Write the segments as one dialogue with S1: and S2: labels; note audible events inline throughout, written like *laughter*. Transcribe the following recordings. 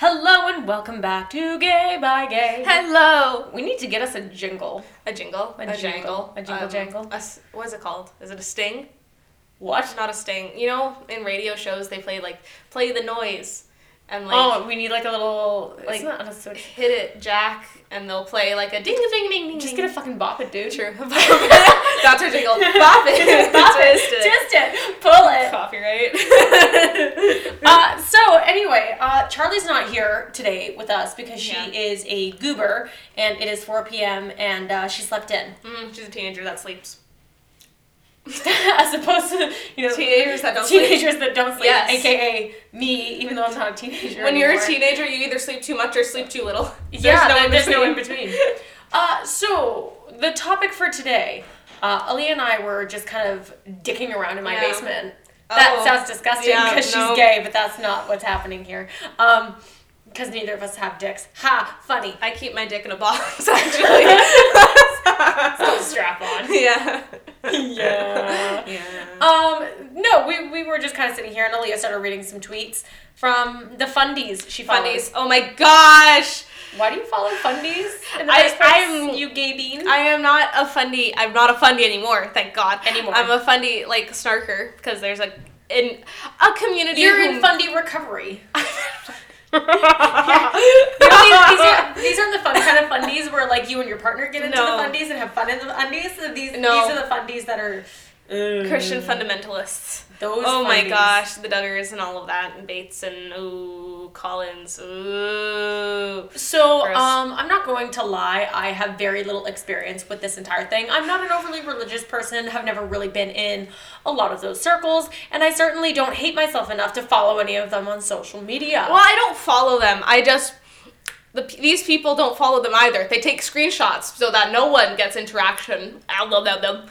S1: and welcome back to Gay by Gay.
S2: Hello.
S1: We need to get us a jingle.
S2: A jingle. Um,
S1: A jingle. A jingle jangle.
S2: a s- what is it called? Is it a sting?
S1: What?
S2: Not a sting. You know, in radio shows they play like play the noise and like
S1: oh, we need like a little
S2: Like-
S1: like not on a switch.
S2: hit it, Jack, and they'll play like a ding a ding ding ding.
S1: Just
S2: ding.
S1: gonna fucking bop it, dude.
S2: true. *laughs* That's
S1: *laughs*
S2: her jingle. Bop it. *laughs*
S1: Bop it. *laughs*
S2: Twist
S1: Twist it. Pull it. *laughs*
S2: Copyright.
S1: Uh, so anyway, uh, Charlie's not here today with us because she
S2: Yeah.
S1: is a goober and it is 4 p.m. and uh, she slept in. *laughs*
S2: Mm, she's a teenager that sleeps.
S1: As opposed to you know
S2: Teenagers that don't
S1: *laughs*
S2: sleep.
S1: teenagers that don't sleep,
S2: Yes.
S1: aka me, even though I'm not a teenager.
S2: When you're a
S1: anymore.
S2: teenager, you either sleep too much or sleep too little.
S1: yeah, there- there's no in between. Uh, so the topic for today, uh, Ali and I were just kind of dicking around in my
S2: Yeah.
S1: basement. That
S2: Oh.
S1: sounds disgusting
S2: Yeah,
S1: because
S2: no.
S1: she's gay, but that's not what's happening here. Um, because neither of us have dicks. Ha, funny.
S2: I keep my dick in a box, *laughs* actually.
S1: Strap
S2: *laughs*
S1: on.
S2: yeah. Oh,
S1: Yeah.
S2: Yeah.
S1: Um, no, we, we were just kind of sitting here, and Aaliyah started reading some tweets from the fundies she follows.
S2: Fundies. Oh my gosh.
S1: Why do you follow fundies? in the
S2: I-
S1: first place,
S2: I'm-
S1: you gay bean.
S2: I am not a fundy. I'm not a fundy anymore. Thank God.
S1: Anymore.
S2: I'm a fundy like snarker because there's a in a community.
S1: You're
S2: who-
S1: in
S2: *laughs*
S1: fundy recovery.
S2: these,
S1: No, these, these,
S2: *laughs*
S1: are, these are the fun kind of fundies where like you and your partner get into
S2: No.
S1: the fundies and have fun in the undies. So these
S2: No.
S1: these are the fundies that are
S2: Christian fundamentalists.
S1: Those
S2: oh my
S1: fundies.
S2: gosh, the Duggars and all of that, and Bates and ooh Collins, ooh.
S1: So
S2: Gross.
S1: um, I'm not going to lie. I have very little experience with this entire thing. I'm not an overly religious person. Have never really been in a lot of those circles, and I certainly don't hate myself enough to follow any of them on social media.
S2: Well, I don't follow them. I just the, p- these people don't follow them either. They take screenshots so that no one gets interaction. I love them. them.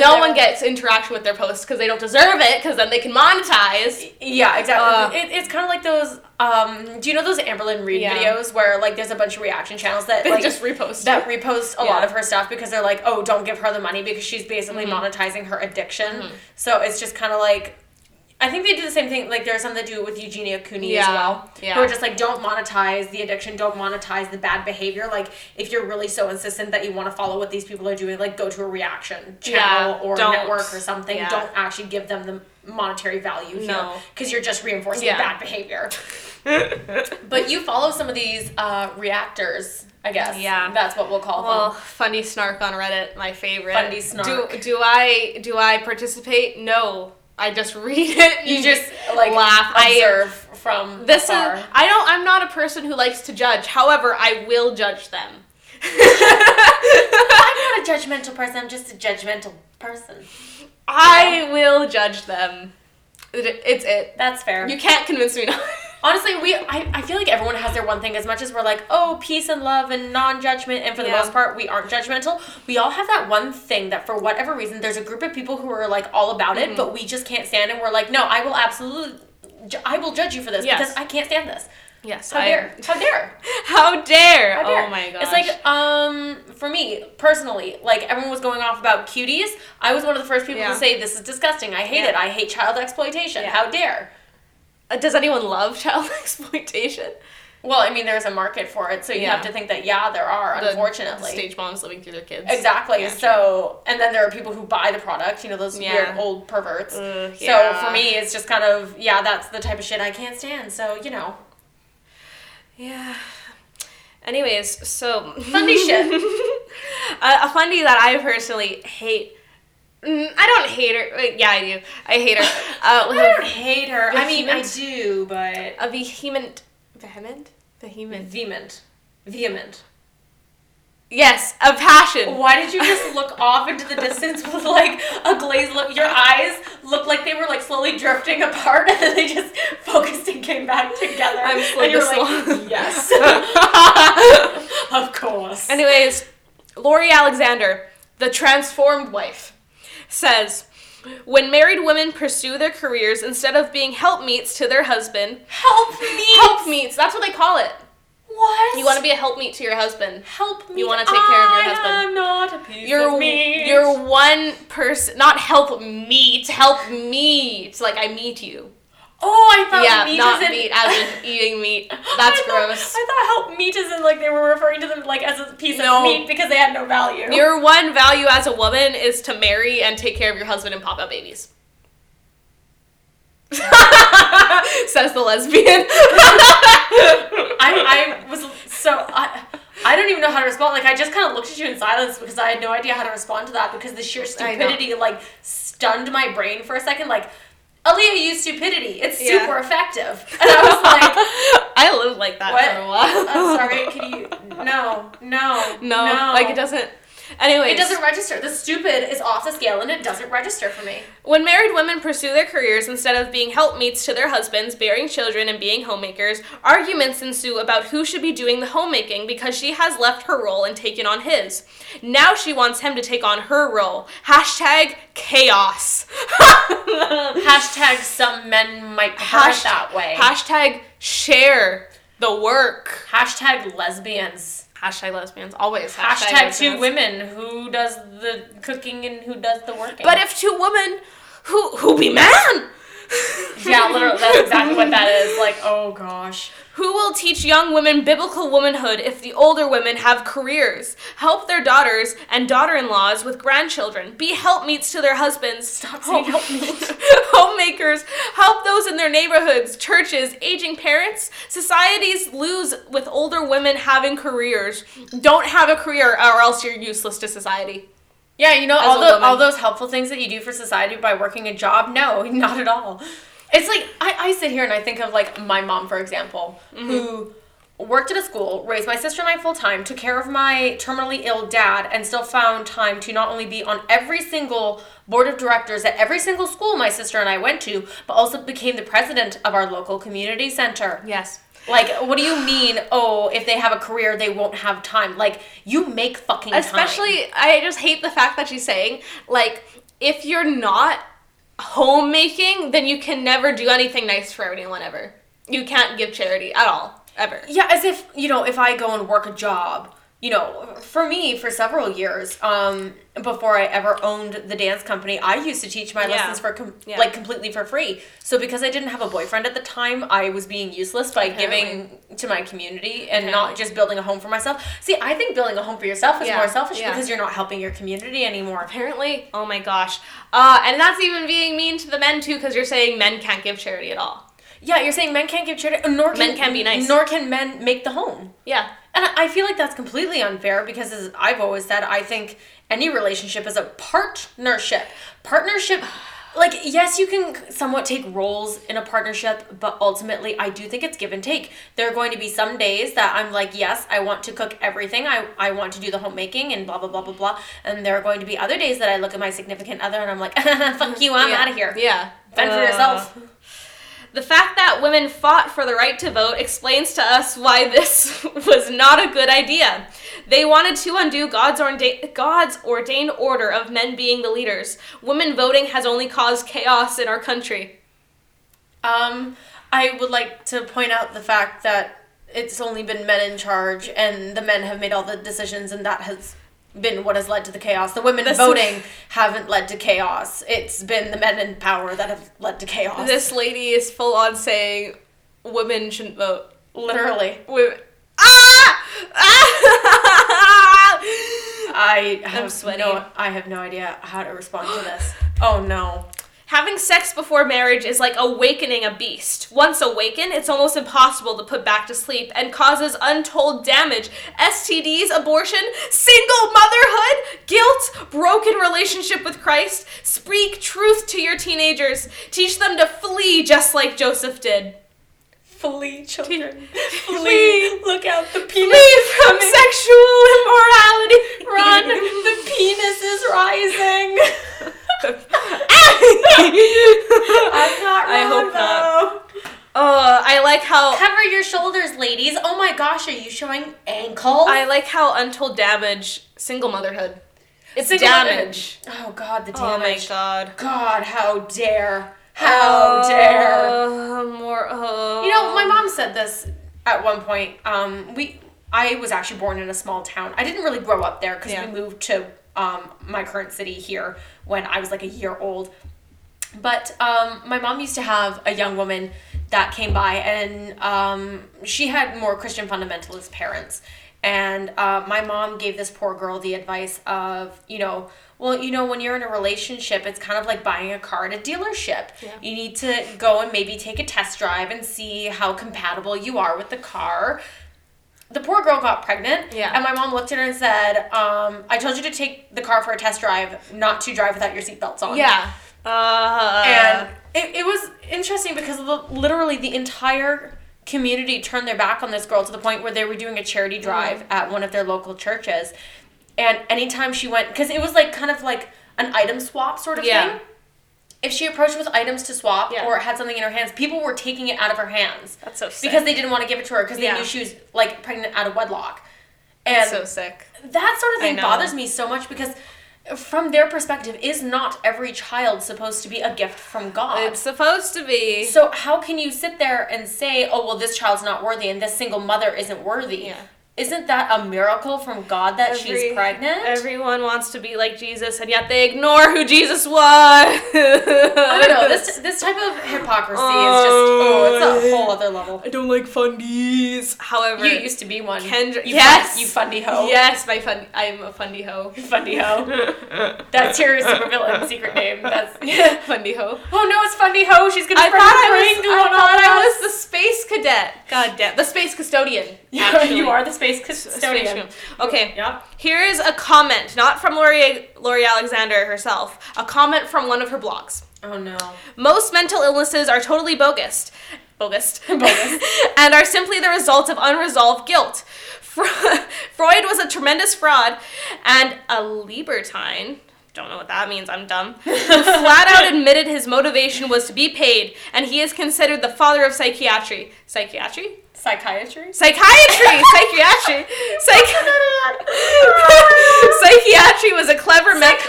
S2: No one gets interaction with their posts because they don't deserve it. Because then they can monetize.
S1: Yeah, exactly.
S2: Uh.
S1: it, it's kind of like those. Um, do you know those Amberlyn Reed
S2: Yeah.
S1: videos where like there's a bunch of reaction channels that
S2: They
S1: like
S2: just repost.
S1: that repost a
S2: Yeah.
S1: lot of her stuff because they're like, oh, don't give her the money because she's basically
S2: Mm-hmm.
S1: monetizing her addiction. So it's just kind of like, I think they do the same thing. Like there are some that do it with Eugenia Cooney as
S2: Yeah,
S1: well,
S2: yeah.
S1: who are just like, don't monetize the addiction, don't monetize the bad behavior. Like if you're really so insistent that you want to follow what these people are doing, like go to a reaction channel
S2: Yeah,
S1: or
S2: don't.
S1: network or something.
S2: Yeah.
S1: Don't actually give them the monetary value here
S2: No.
S1: because you're just reinforcing
S2: Yeah.
S1: bad behavior. *laughs* but you follow some of these uh, reactors. I guess.
S2: Yeah.
S1: That's what we'll call
S2: Well,
S1: them.
S2: fundy snark on Reddit, my favorite.
S1: Fundy snark.
S2: Do, do I do I participate? No, I just *laughs* read it.
S1: You just like uh,
S2: laugh. I
S1: observe from
S2: this is
S1: afar.
S2: I don't. I'm not a person who likes to judge. However, I will judge
S1: *laughs*
S2: them.
S1: *laughs*
S2: *laughs*
S1: I'm not a judgmental person. I'm just a judgmental person.
S2: I will judge them. It- It's it.
S1: That's fair.
S2: You can't convince me not.
S1: Honestly, we I, I feel like everyone has their one thing. As much as we're like, oh, peace and love and non-judgment, and for the
S2: Yeah.
S1: most part, we aren't judgmental. We all have that one thing that, for whatever reason, there's a group of people who are like all about it, but we just can't stand it. We're like, no, I will absolutely, ju- I will judge you for this
S2: Yes.
S1: because I can't stand this.
S2: Yes.
S1: How dare? How dare?
S2: How dare?
S1: How dare.
S2: Oh my gosh.
S1: It's like, um, for me personally, like everyone was going off about cuties. I was one of the first people
S2: Yeah.
S1: to say this is disgusting. I hate
S2: Yeah.
S1: it. I hate child exploitation.
S2: Yeah.
S1: How dare?
S2: Uh, does anyone love child *laughs* exploitation?
S1: Well, I mean, there's a market for it, so you
S2: Yeah.
S1: have to think that yeah, there are.
S2: The
S1: unfortunately,
S2: stage moms living through their kids.
S1: exactly.
S2: Yeah,
S1: so, and then there are people who buy the product. You know, those
S2: Yeah.
S1: weird old perverts.
S2: Ugh,
S1: So
S2: yeah.
S1: for me, it's just kind of yeah, that's the type of shit I can't stand. So you know,
S2: Yeah. Anyways, so
S1: Fundy shit.
S2: *laughs* a, a fundy that I personally hate. Mm, I don't hate her. Wait, Yeah, I do. I hate *laughs* her. Uh, with
S1: I don't
S2: a,
S1: hate her. I mean, I
S2: Vehement.
S1: do, but
S2: a vehement, vehement,
S1: Uh,
S2: vehement.
S1: vehement, vehement.
S2: Yes, a passion.
S1: Why did you just look off into the distance with like a glazed look? Your eyes looked like they were like slowly drifting apart, and then they just focused and came back together.
S2: I'm slow
S1: and you
S2: to
S1: were like,
S2: slow.
S1: yes,
S2: *laughs*
S1: of course.
S2: Anyways, Lori Alexander, the transformed wife, says, "When married women pursue their careers instead of being helpmeets to their husband,
S1: help me!
S2: helpmeets. That's what they call it.
S1: What?
S2: You want to be a helpmeet to your husband."
S1: help me?
S2: you wanna take care of your
S1: I
S2: husband.
S1: am not a piece
S2: You're
S1: of meat.
S2: you're one person. Not help meet. Help meet. Like I meet you.
S1: Oh, I thought
S2: yeah,
S1: meat
S2: not
S1: is in-
S2: meat
S1: *laughs*
S2: as in eating meat. That's
S1: I thought-
S2: gross.
S1: I thought help meat is in like they were referring to them like as a piece
S2: No.
S1: of meat because they had no value.
S2: Your one value as a woman is to marry and take care of your husband and pop out babies. *laughs* Says
S1: *laughs*
S2: the lesbian.
S1: I, I was so I, I don't even know how to respond. Like I just kind of looked at you in silence because I had no idea how to respond to that because the sheer
S2: I know.
S1: stupidity like stunned my brain for a second. Like Aaliyah used stupidity. It's
S2: Yeah.
S1: super effective. And I was *laughs* like,
S2: I lived like that
S1: What? I'm
S2: for a while.
S1: sorry. Can you? No, no,
S2: *laughs* No, like it doesn't. Anyway,
S1: It doesn't register. The stupid is off the scale and it doesn't register for me.
S2: When married women pursue their careers instead of being helpmeets to their husbands, bearing children, and being homemakers, arguments ensue about who should be doing the homemaking because she has left her role and taken on his. Now she wants him to take on her role. Hashtag chaos.
S1: Hashtag some men might have it that way.
S2: Hashtag share the work.
S1: Hashtag lesbians.
S2: Hashtag lesbians. Always.
S1: Hashtag, two
S2: lesbians.
S1: women who does the cooking and who does the working.
S2: But if two women, who who be man?
S1: yeah,
S2: *laughs*
S1: literally, *laughs* that's exactly what that is. Like, oh gosh.
S2: Who will teach young women biblical womanhood if the older women have careers, help their daughters and daughter in laws with grandchildren, be helpmeets to their husbands, stop
S1: saying
S2: *laughs* homemakers, help those in their neighborhoods, churches, aging parents? Societies lose with older women having careers. Don't have a career or else you're useless to society.
S1: Yeah, you know
S2: As
S1: all
S2: a
S1: those
S2: woman.
S1: all those helpful things that you do for society by working a job. No, *laughs* not at all. It's like I, I sit here and I think of like my mom, for example,
S2: Mm-hmm.
S1: who worked at a school, raised my sister and I full time, took care of my terminally ill dad, and still found time to not only be on every single board of directors at every single school my sister and I went to, but also became the president of our local community center.
S2: Yes.
S1: Like, what do you mean? Oh, if they have a career, they won't have time. Like, you make fucking time.
S2: Especially, I just hate the fact that she's saying, like, if you're not homemaking, then you can never do anything nice for anyone ever. You can't give charity at all, ever.
S1: yeah as if you know if i go and work a job you know for me for several years um before i ever owned the dance company i used to teach my
S2: Yeah.
S1: lessons for com-
S2: Yeah.
S1: like completely for free so because i didn't have a boyfriend at the time i was being useless by
S2: Apparently.
S1: giving to my community and not
S2: Apparently.
S1: just building a home for myself see i think building a home for yourself is
S2: Yeah.
S1: more selfish
S2: Yeah.
S1: because you're not helping your community anymore
S2: Apparently, oh my gosh. Uh, and that's even being mean to the men, too, because you're saying men can't give charity at all.
S1: yeah you're saying men can't give charity nor can,
S2: Men can be nice.
S1: nor can men make the home
S2: Yeah.
S1: And I I feel like that's completely unfair because, as I've always said, I think any relationship is a partnership. Partnership, like, yes, you can somewhat take roles in a partnership, but ultimately, I do think it's give and take. There are going to be some days that I'm like, yes, I want to cook everything, I, I want to do the homemaking, and blah, blah, blah, blah, blah. And there are going to be other days that I look at my significant other and I'm like, *laughs* fuck you, I'm
S2: yeah.
S1: out of here.
S2: Yeah.
S1: Fend for
S2: Uh,
S1: yourself.
S2: The fact that women fought for the right to vote explains to us why this *laughs* was not a good idea. They wanted to undo God's, orda- God's ordained order of men being the leaders. Women voting has only caused chaos in our country.
S1: Um, I would like to point out the fact that it's only been men in charge, and the men have made all the decisions, and that has been what has led to the chaos. The women
S2: This-
S1: voting haven't led to chaos. It's been the men in power that have led to chaos.
S2: This lady is full on saying women shouldn't vote.
S1: literally,
S2: Women. Ah! Ah! *laughs*
S1: I have
S2: sweating.
S1: No, I have no idea how to respond to this. Oh no.
S2: Having sex before marriage is like awakening a beast. Once awakened, it's almost impossible to put back to sleep and causes untold damage. STDs, abortion, single motherhood, guilt, broken relationship with Christ. Speak truth to your teenagers. Teach them to flee just like Joseph did.
S1: Flee, children.
S2: Flee.
S1: *laughs* Look out, the penis.
S2: Flee from sexual immorality.
S1: *laughs* Run,
S2: Run. *laughs*
S1: the penis is rising. *laughs* I'm not
S2: I
S1: wrong,
S2: hope not.
S1: though.
S2: Uh, I like how
S1: Cover your shoulders, ladies. Oh my gosh, are you showing ankles?
S2: I like how untold damage single motherhood. It's
S1: Single
S2: damage.
S1: Oh god, the
S2: Oh my
S1: damage.
S2: god.
S1: god. how dare. How dare.
S2: Uh, more. Uh,
S1: You know, my mom said this at one point. Um, we I was actually born in a small town. I didn't really grow up there because
S2: Yeah.
S1: we moved to um, my current city here when I was like a year old. But um, my mom used to have a young woman that came by, and um, she had more Christian fundamentalist parents. And uh, my mom gave this poor girl the advice of, you know, well, you know, when you're in a relationship, it's kind of like buying a car at a dealership.
S2: Yeah.
S1: You need to go and maybe take a test drive and see how compatible you are with the car. The poor girl got pregnant.
S2: Yeah.
S1: And my mom looked at her and said, um, I told you to take the car for a test drive, not to drive without your seatbelts on.
S2: Yeah. Uh,
S1: And it, it was interesting because the, literally the entire community turned their back on this girl to the point where they were doing a charity
S2: Mm-hmm.
S1: drive at one of their local churches. And anytime she went, because it was like kind of like an item swap sort of
S2: Yeah.
S1: thing. If she approached with items to swap
S2: Yeah.
S1: or had something in her hands, people were taking it out of her hands
S2: that's so sick.
S1: because they didn't want to give it to her because they
S2: Yeah.
S1: knew she was like pregnant out of wedlock. And
S2: so sick.
S1: that sort of
S2: I
S1: thing
S2: know.
S1: bothers me so much because from their perspective is not every child supposed to be a gift from god
S2: It's supposed to be.
S1: so how can you sit there and say oh well this child's not worthy and this single mother isn't worthy
S2: Yeah.
S1: isn't that a miracle from god that she's pregnant
S2: Everyone wants to be like Jesus, and yet they ignore who Jesus was. I
S1: i don't know
S2: *laughs*
S1: this this type of hypocrisy is just oh it's a whole other level
S2: I don't like fundies. However,
S1: you used to be one
S2: Kendra-
S1: you
S2: Yes!
S1: fun- you fundy hoe
S2: yes, my fun. I'm a fundy hoe.
S1: fundy hoe that's your supervillain secret name
S2: *laughs*
S1: that's *laughs*
S2: fundy hoe.
S1: oh no it's fundy hoe she's gonna
S2: I
S1: bring
S2: thought I was.
S1: bring
S2: I
S1: one
S2: thought
S1: on us.
S2: I was the space cadet. God damn, the space custodian.
S1: *laughs* You,
S2: actually.
S1: you are the space
S2: Space
S1: custodian.
S2: custodian. Okay.
S1: Yep.
S2: Here is a comment, not from Lori, Lori Alexander herself, a comment from one of her blogs.
S1: Oh no.
S2: Most mental illnesses are totally bogus. Bogus.
S1: *laughs* Bogus.
S2: *laughs* and are simply the result of unresolved guilt. Fre- *laughs* Freud was a tremendous fraud and a libertine. Don't know what that means, I'm
S1: *laughs*
S2: dumb. Who flat out admitted his motivation was to be paid, and he is considered the father of psychiatry. Psychiatry?
S1: Psychiatry? *laughs*
S2: Psychiatry! Psychiatry! Psych- *laughs* psychiatry was a clever method. *laughs*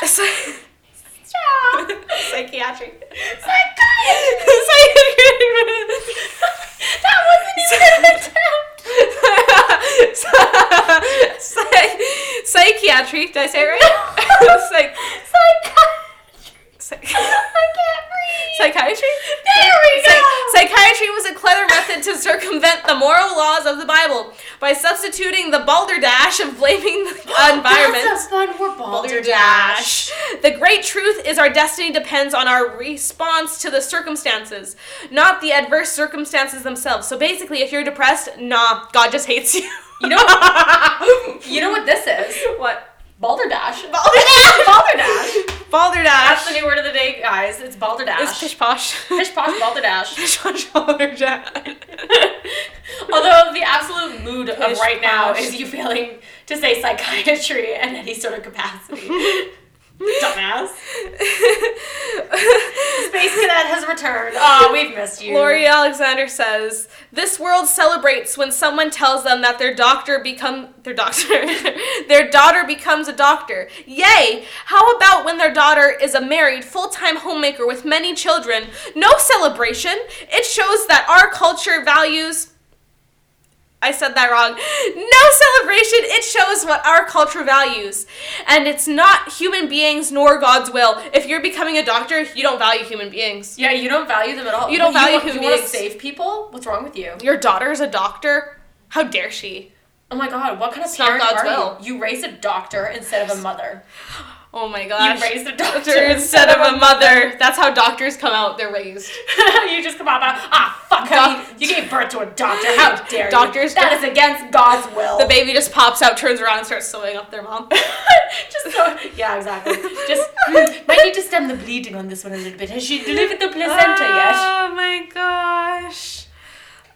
S1: Psychiatry! Psychiatry!
S2: Psychiatry.
S1: *laughs* That wasn't
S2: *laughs*
S1: even an attempt!
S2: Psych- Psychiatry. Did I say it right? *laughs* Psych-
S1: Psychiatry!
S2: psych-
S1: *laughs* I can't read!
S2: Psychiatry?
S1: There we
S2: Psych-
S1: go!
S2: psychiatry was a clever method to circumvent the moral laws of the Bible by substituting the balderdash of
S1: *gasps*
S2: blaming the environment.
S1: That's a fun word,
S2: Balderdash. The great truth is our destiny depends on our response to the circumstances, not the adverse circumstances themselves. So basically, if you're depressed, nah, God just hates you.
S1: You know
S2: *laughs*
S1: what? you know what this *laughs* is?
S2: what?
S1: *laughs* Balderdash.
S2: Balderdash!
S1: Balderdash! That's the
S2: Balderdash!
S1: new word of the day, guys. It's *laughs*
S2: It's
S1: balderdash.
S2: pish posh.
S1: Pish posh balderdash. *laughs*
S2: Pish posh balderdash.
S1: Although the absolute mood of
S2: Pish
S1: right now
S2: posh.
S1: is you failing to say psychiatry in any sort of capacity. *laughs* Dumbass. Space Cadet has *laughs* returned. Oh, we've missed you.
S2: Lori Alexander says, "This world celebrates when someone tells them that their doctor become their doctor, *laughs* their daughter becomes a doctor. Yay! How about when their daughter is a married, full-time homemaker with many children? No celebration. It shows that our culture values." I said that wrong. No celebration. It shows what our culture values. And it's not human beings nor God's will. If you're becoming a doctor, you don't value human beings.
S1: Yeah, you don't value them at all.
S2: You don't value
S1: you,
S2: human
S1: You want to
S2: beings.
S1: save people? What's wrong with you?
S2: Your daughter's a doctor? How dare she?
S1: Oh my god, what kind of
S2: not
S1: parent
S2: God's
S1: are
S2: will.
S1: you? You raised a doctor instead of a mother.
S2: Oh my
S1: You
S2: gosh.
S1: raised a
S2: *laughs* doctor
S1: doctor
S2: instead of a mother. That's how doctors come out. They're raised.
S1: *laughs* you just come out about, ah, fuck, honey, you gave birth to a doctor.
S2: *laughs*
S1: How dare
S2: Doctors-
S1: you? That is against God's will.
S2: The baby just pops out, turns around, and starts sewing up their *laughs* mom.
S1: just so *laughs* yeah, exactly. Just *laughs* mm, might need to stem the bleeding on this one a little bit. Has she delivered the placenta yet?
S2: Oh my gosh.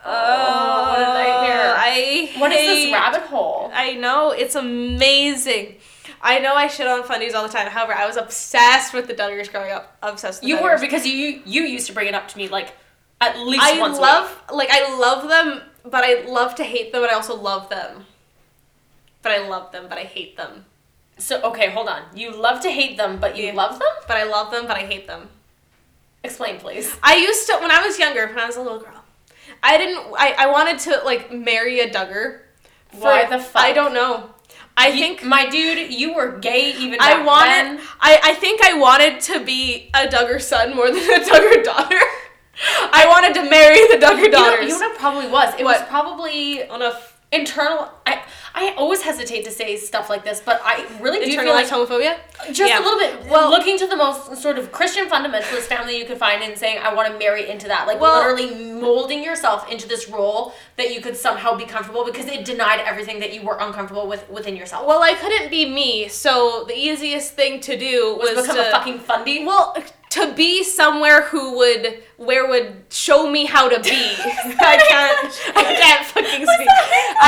S2: Oh,
S1: what a nightmare.
S2: I
S1: What is this
S2: hate-
S1: rabbit hole?
S2: I know it's amazing. I know I shit on fundies all the time. However, I was obsessed with the Duggars growing up. Obsessed. With
S1: You
S2: the
S1: were
S2: Duggars.
S1: because you you used to bring it up to me like at least
S2: I
S1: once. a week.
S2: love like I love them, but I love to hate them, and I also love them. But I love them, but I hate them.
S1: So okay, hold on. You love to hate them, but you
S2: Yeah.
S1: love them.
S2: But I love them, but I hate them.
S1: Explain, please.
S2: I used to when I was younger, when I was a little girl, I didn't I, I wanted to like marry a Duggar.
S1: Why the fuck?
S2: I don't know. I
S1: You-
S2: think
S1: my dude, you were gay even.
S2: I
S1: back
S2: wanted.
S1: then.
S2: I, I think I wanted to be a Duggar son more than a *laughs* Duggar daughter. I wanted to marry the Duggar
S1: You know,
S2: Oh, daughters.
S1: you know what it probably was? It was
S2: What?
S1: probably on a f- internal. I I always hesitate to say stuff like this, but I really do feel like
S2: Internalized homophobia.
S1: just
S2: Yeah.
S1: a little bit. Well, looking to the most sort of Christian fundamentalist family you could find and saying, "I want to marry into that," like
S2: Well-
S1: literally molding yourself into this role that you could somehow be comfortable because it denied everything that you were uncomfortable with within yourself.
S2: Well, I couldn't be me, so the easiest thing to do was, uh,
S1: was become
S2: to
S1: a fucking fundy.
S2: well to be somewhere who would where would show me
S1: *laughs*
S2: how to be. I can't. I can't fucking speak.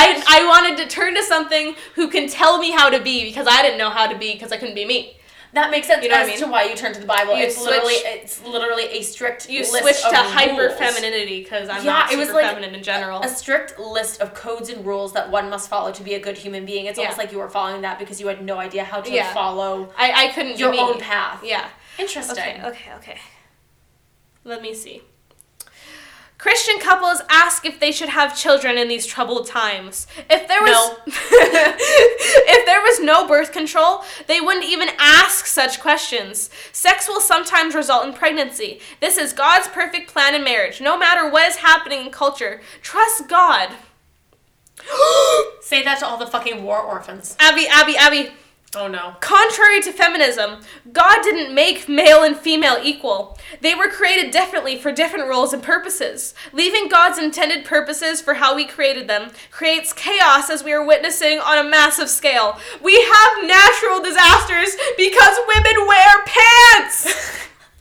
S2: I I wanted to turn to something who can tell me how to be because I didn't know how to be because I couldn't be me.
S1: that makes sense
S2: You know what
S1: as
S2: I mean?
S1: to why you turn to the Bible.
S2: You
S1: it's
S2: switch-
S1: literally it's literally a strict
S2: You
S1: list
S2: switch
S1: of
S2: to hyper
S1: rules.
S2: femininity because I'm
S1: Yeah,
S2: not
S1: it was
S2: super
S1: like
S2: feminine in general.
S1: a strict list of codes and rules that one must follow to be a good human being. It's almost
S2: Yeah.
S1: like you were following that because you had no idea how to
S2: Yeah.
S1: follow
S2: I, I couldn't be
S1: your
S2: me.
S1: own path.
S2: Yeah.
S1: Interesting.
S2: Okay, okay, okay. Let me see. Christian couples ask if they should have children in these troubled times. If there was
S1: No.
S2: *laughs* if there was no birth control, they wouldn't even ask such questions. Sex will sometimes result in pregnancy. This is God's perfect plan in marriage. No matter what is happening in culture, trust God. *gasps*
S1: Say that to all the fucking war orphans.
S2: Abby, Abby, Abby.
S1: Oh *laughs* no.
S2: Contrary to feminism, God didn't make male and female equal. They were created differently for different roles and purposes. Leaving God's intended purposes for how He created them creates chaos as we are witnessing on a massive scale. We have natural disasters because women wear pants!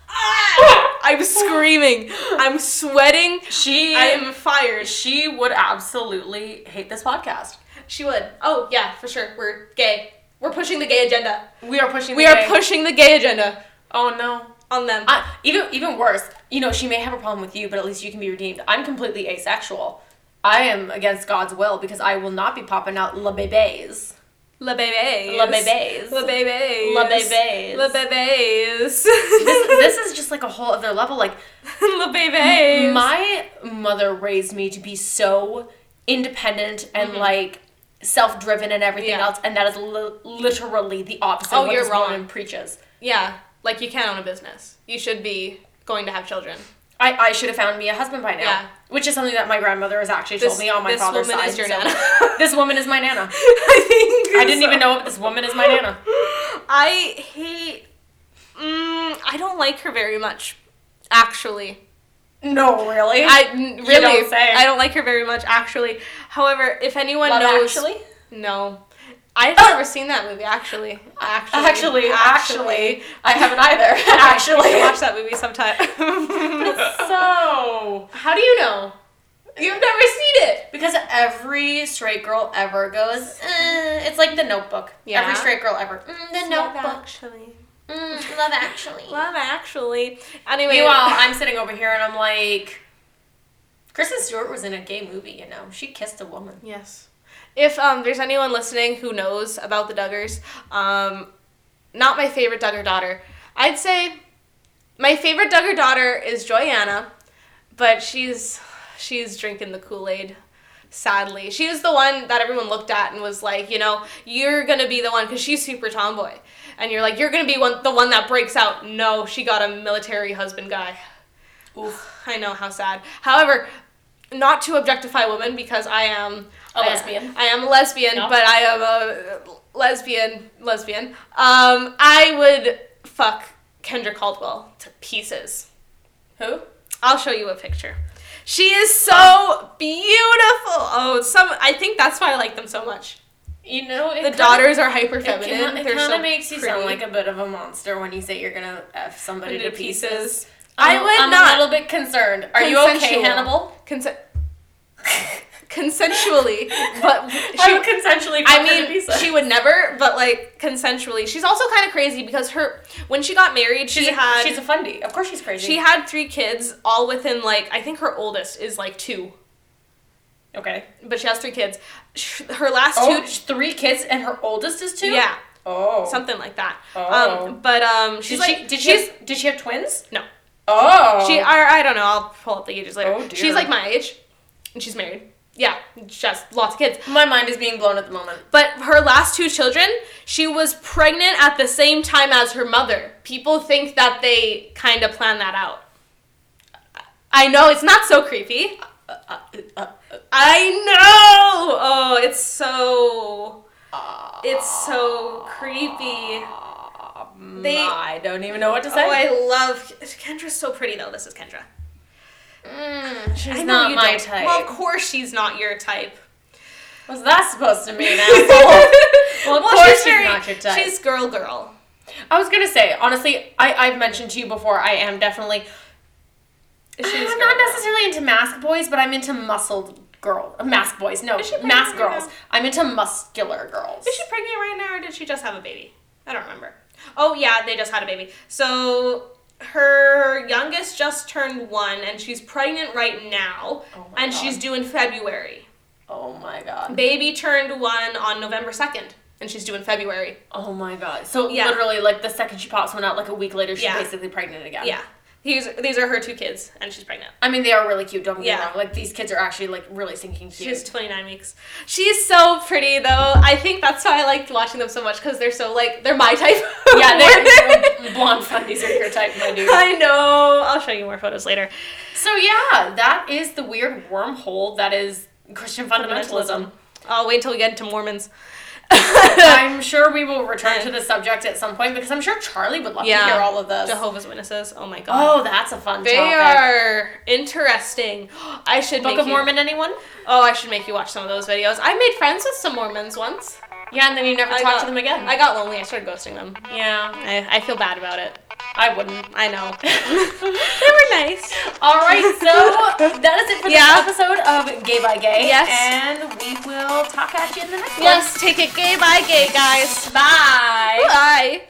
S2: Ah! I'm screaming. I'm sweating.
S1: She
S2: I am fired.
S1: she would absolutely hate this podcast.
S2: She would. Oh, yeah, for sure. We're gay. We're pushing the gay agenda.
S1: We are pushing
S2: We
S1: the
S2: are
S1: gay-
S2: pushing the gay agenda
S1: Oh no.
S2: on them.
S1: I, even even worse, you know, she may have a problem with you, but at least you can be redeemed. I'm completely asexual. I am against God's will because I will not be popping out la bebés.
S2: La bébés.
S1: La bébés.
S2: La bébés.
S1: La bébés.
S2: La bébés.
S1: This,
S2: *laughs*
S1: this is just like a whole other level. Like
S2: La bébés.
S1: My mother raised me to be so independent and like self-driven and everything
S2: Mm-hmm. Yeah.
S1: else, and that is li- literally the opposite.
S2: Oh,
S1: of what
S2: you're
S1: this
S2: wrong.
S1: woman preaches.
S2: yeah, like you can own a business. You should be going to have children.
S1: I, I should have found me a husband by now,
S2: Yeah.
S1: which is something that my grandmother has actually
S2: This-
S1: told me on my
S2: this
S1: father's
S2: woman
S1: side.
S2: is your
S1: so-
S2: nana.
S1: *laughs* this
S2: *laughs*
S1: woman is my nana.
S2: I think.
S1: I didn't even know this woman is my nana.
S2: I hate. Mm, I don't like her very much, actually.
S1: No, really.
S2: I n- really.
S1: don't say.
S2: I don't like her very much, actually. However, if anyone
S1: Love
S2: knows,
S1: Actually?
S2: no. I've never seen that movie, actually. Actually,
S1: Uh, Actually, actually, I haven't either.
S2: I
S1: *laughs*
S2: watch
S1: actually,
S2: that movie sometime.
S1: *laughs* so
S2: How do you know? You've never seen it.
S1: Because every straight girl ever goes, eh, it's like the notebook.
S2: Yeah.
S1: Every straight girl ever. Mm, the notebook.
S2: actually.
S1: Mm, love actually.
S2: Love actually. Anyway,
S1: Meanwhile, I'm sitting over here and I'm like, Kristen Stewart was in a gay movie, you know? She kissed a woman.
S2: yes. If um, there's anyone listening who knows about the Duggars, um, not my favorite Duggar daughter. I'd say my favorite Duggar daughter is Joyanna, but she's she's drinking the Kool Aid. Sadly, she was the one that everyone looked at and was like, you know, you're gonna be the one because she's super tomboy, and you're like, you're gonna be one the one that breaks out. No, she got a military husband guy.
S1: Oof.
S2: I know how sad. However, not to objectify women because I am
S1: A lesbian.
S2: I, am a lesbian,
S1: Yeah.
S2: but I am a lesbian lesbian. Um, I would fuck Kendra Caldwell to pieces.
S1: Who?
S2: I'll show you a picture. She is so beautiful. Oh, some I think that's why I like them so much.
S1: You know, it
S2: The
S1: kinda-
S2: daughters are hyper
S1: It,
S2: feminine.
S1: kinda- it
S2: They're
S1: kind
S2: so
S1: of makes you
S2: pretty.
S1: sound like a bit of a monster when you say you're gonna F somebody to
S2: into
S1: pieces.
S2: pieces.
S1: I'm-
S2: I would
S1: I'm
S2: not.
S1: a little bit concerned. Are you okay,
S2: Consensual.
S1: Hannibal?
S2: Consen- *laughs* consensually,
S1: *laughs*
S2: but
S1: I
S2: she
S1: would consensually fuck
S2: I
S1: her to
S2: mean,
S1: pieces.
S2: she would never, but like consensually. She's also kind of crazy because her when she got married, she
S1: she's, a,
S2: had
S1: she's a fundy. Of course she's crazy.
S2: she had three kids, all within like I think her oldest is like two,
S1: okay.
S2: but she has three kids. Sh- Her last
S1: Oh,
S2: two,
S1: three kids, and her oldest is two.
S2: yeah,
S1: Oh.
S2: something like that.
S1: Oh.
S2: Um, but um,
S1: Did
S2: she's
S1: she?
S2: like
S1: did she?
S2: she's
S1: Have, did she have twins?
S2: no,
S1: Oh.
S2: she or I don't know. I'll pull up the ages later.
S1: Oh, dear.
S2: She's like my age, and she's married. yeah, just lots of kids.
S1: My mind is being blown at the moment.
S2: But her last two children, she was pregnant at the same time as her mother. People think that they kind of plan that out. I know it's not so creepy.
S1: Uh, uh, uh,
S2: I know. Oh, it's so
S1: uh,
S2: it's so creepy. They-
S1: I don't even know what to
S2: Oh,
S1: say.
S2: I love Kendra's so pretty though. This is Kendra.
S1: Mm, she's
S2: I know
S1: not
S2: you
S1: my
S2: don't-
S1: type.
S2: Well, of course she's not your type.
S1: What's that supposed to *laughs* mean, asshole? *laughs*
S2: *laughs*
S1: Well, of course she's not your type.
S2: She's girl, girl.
S1: I was gonna say, honestly, I, I've mentioned to you before, I am *sighs* definitely *sighs*
S2: She's
S1: I'm
S2: girl,
S1: not
S2: girl.
S1: necessarily into mask boys, but I'm into muscled girl uh, mask boys. No,
S2: Is she pregnant
S1: mask
S2: right
S1: girls.
S2: now?
S1: I'm into muscular girls.
S2: Is she pregnant right now, or did she just have a baby? I don't remember. Oh yeah, they just had a baby. So her youngest just turned one, and she's pregnant right now,
S1: Oh my
S2: and
S1: God.
S2: she's due in February.
S1: Oh my god.
S2: Baby turned one on November second, and she's due in February.
S1: Oh my god. So
S2: Yeah.
S1: literally, like the second she pops one out, like a week later, she's
S2: Yeah.
S1: basically pregnant again.
S2: Yeah, these these are her two kids, and she's pregnant.
S1: I mean, they are really cute. Don't get me
S2: Yeah.
S1: wrong. Like these kids are actually like really sinking cute.
S2: She's 29 weeks. She's so pretty though. I think that's why I liked watching them so much because they're so like they're my type.
S1: *laughs* yeah,
S2: *laughs*
S1: they're blonde fundies are your type, my dude.
S2: I know. I'll show you more photos later.
S1: So yeah, that is the weird wormhole that is Christian fundamentalism.
S2: I'll wait until we get into *laughs* Mormons.
S1: I'm sure we will return to the subject at some point because I'm sure Charlie would love to hear all of this.
S2: Jehovah's Witnesses. Oh my god.
S1: Oh, that's a fun
S2: they
S1: topic.
S2: are interesting. I should
S1: Book
S2: make
S1: of
S2: you-
S1: Mormon, anyone?
S2: Oh, I should make you watch some of those videos. I made friends with some Mormons once.
S1: Yeah, and then you never
S2: I
S1: talk
S2: got-
S1: to them again.
S2: I got lonely. I started ghosting them.
S1: yeah,
S2: I, I feel bad about it.
S1: I wouldn't.
S2: I *laughs* know. they were nice.
S1: All right, *laughs* so that is it for
S2: Yeah.
S1: this episode of Gay by Gay.
S2: Yes.
S1: And we will talk at you in the next one.
S2: Yes, take it gay by gay, guys.
S1: Bye.
S2: Bye.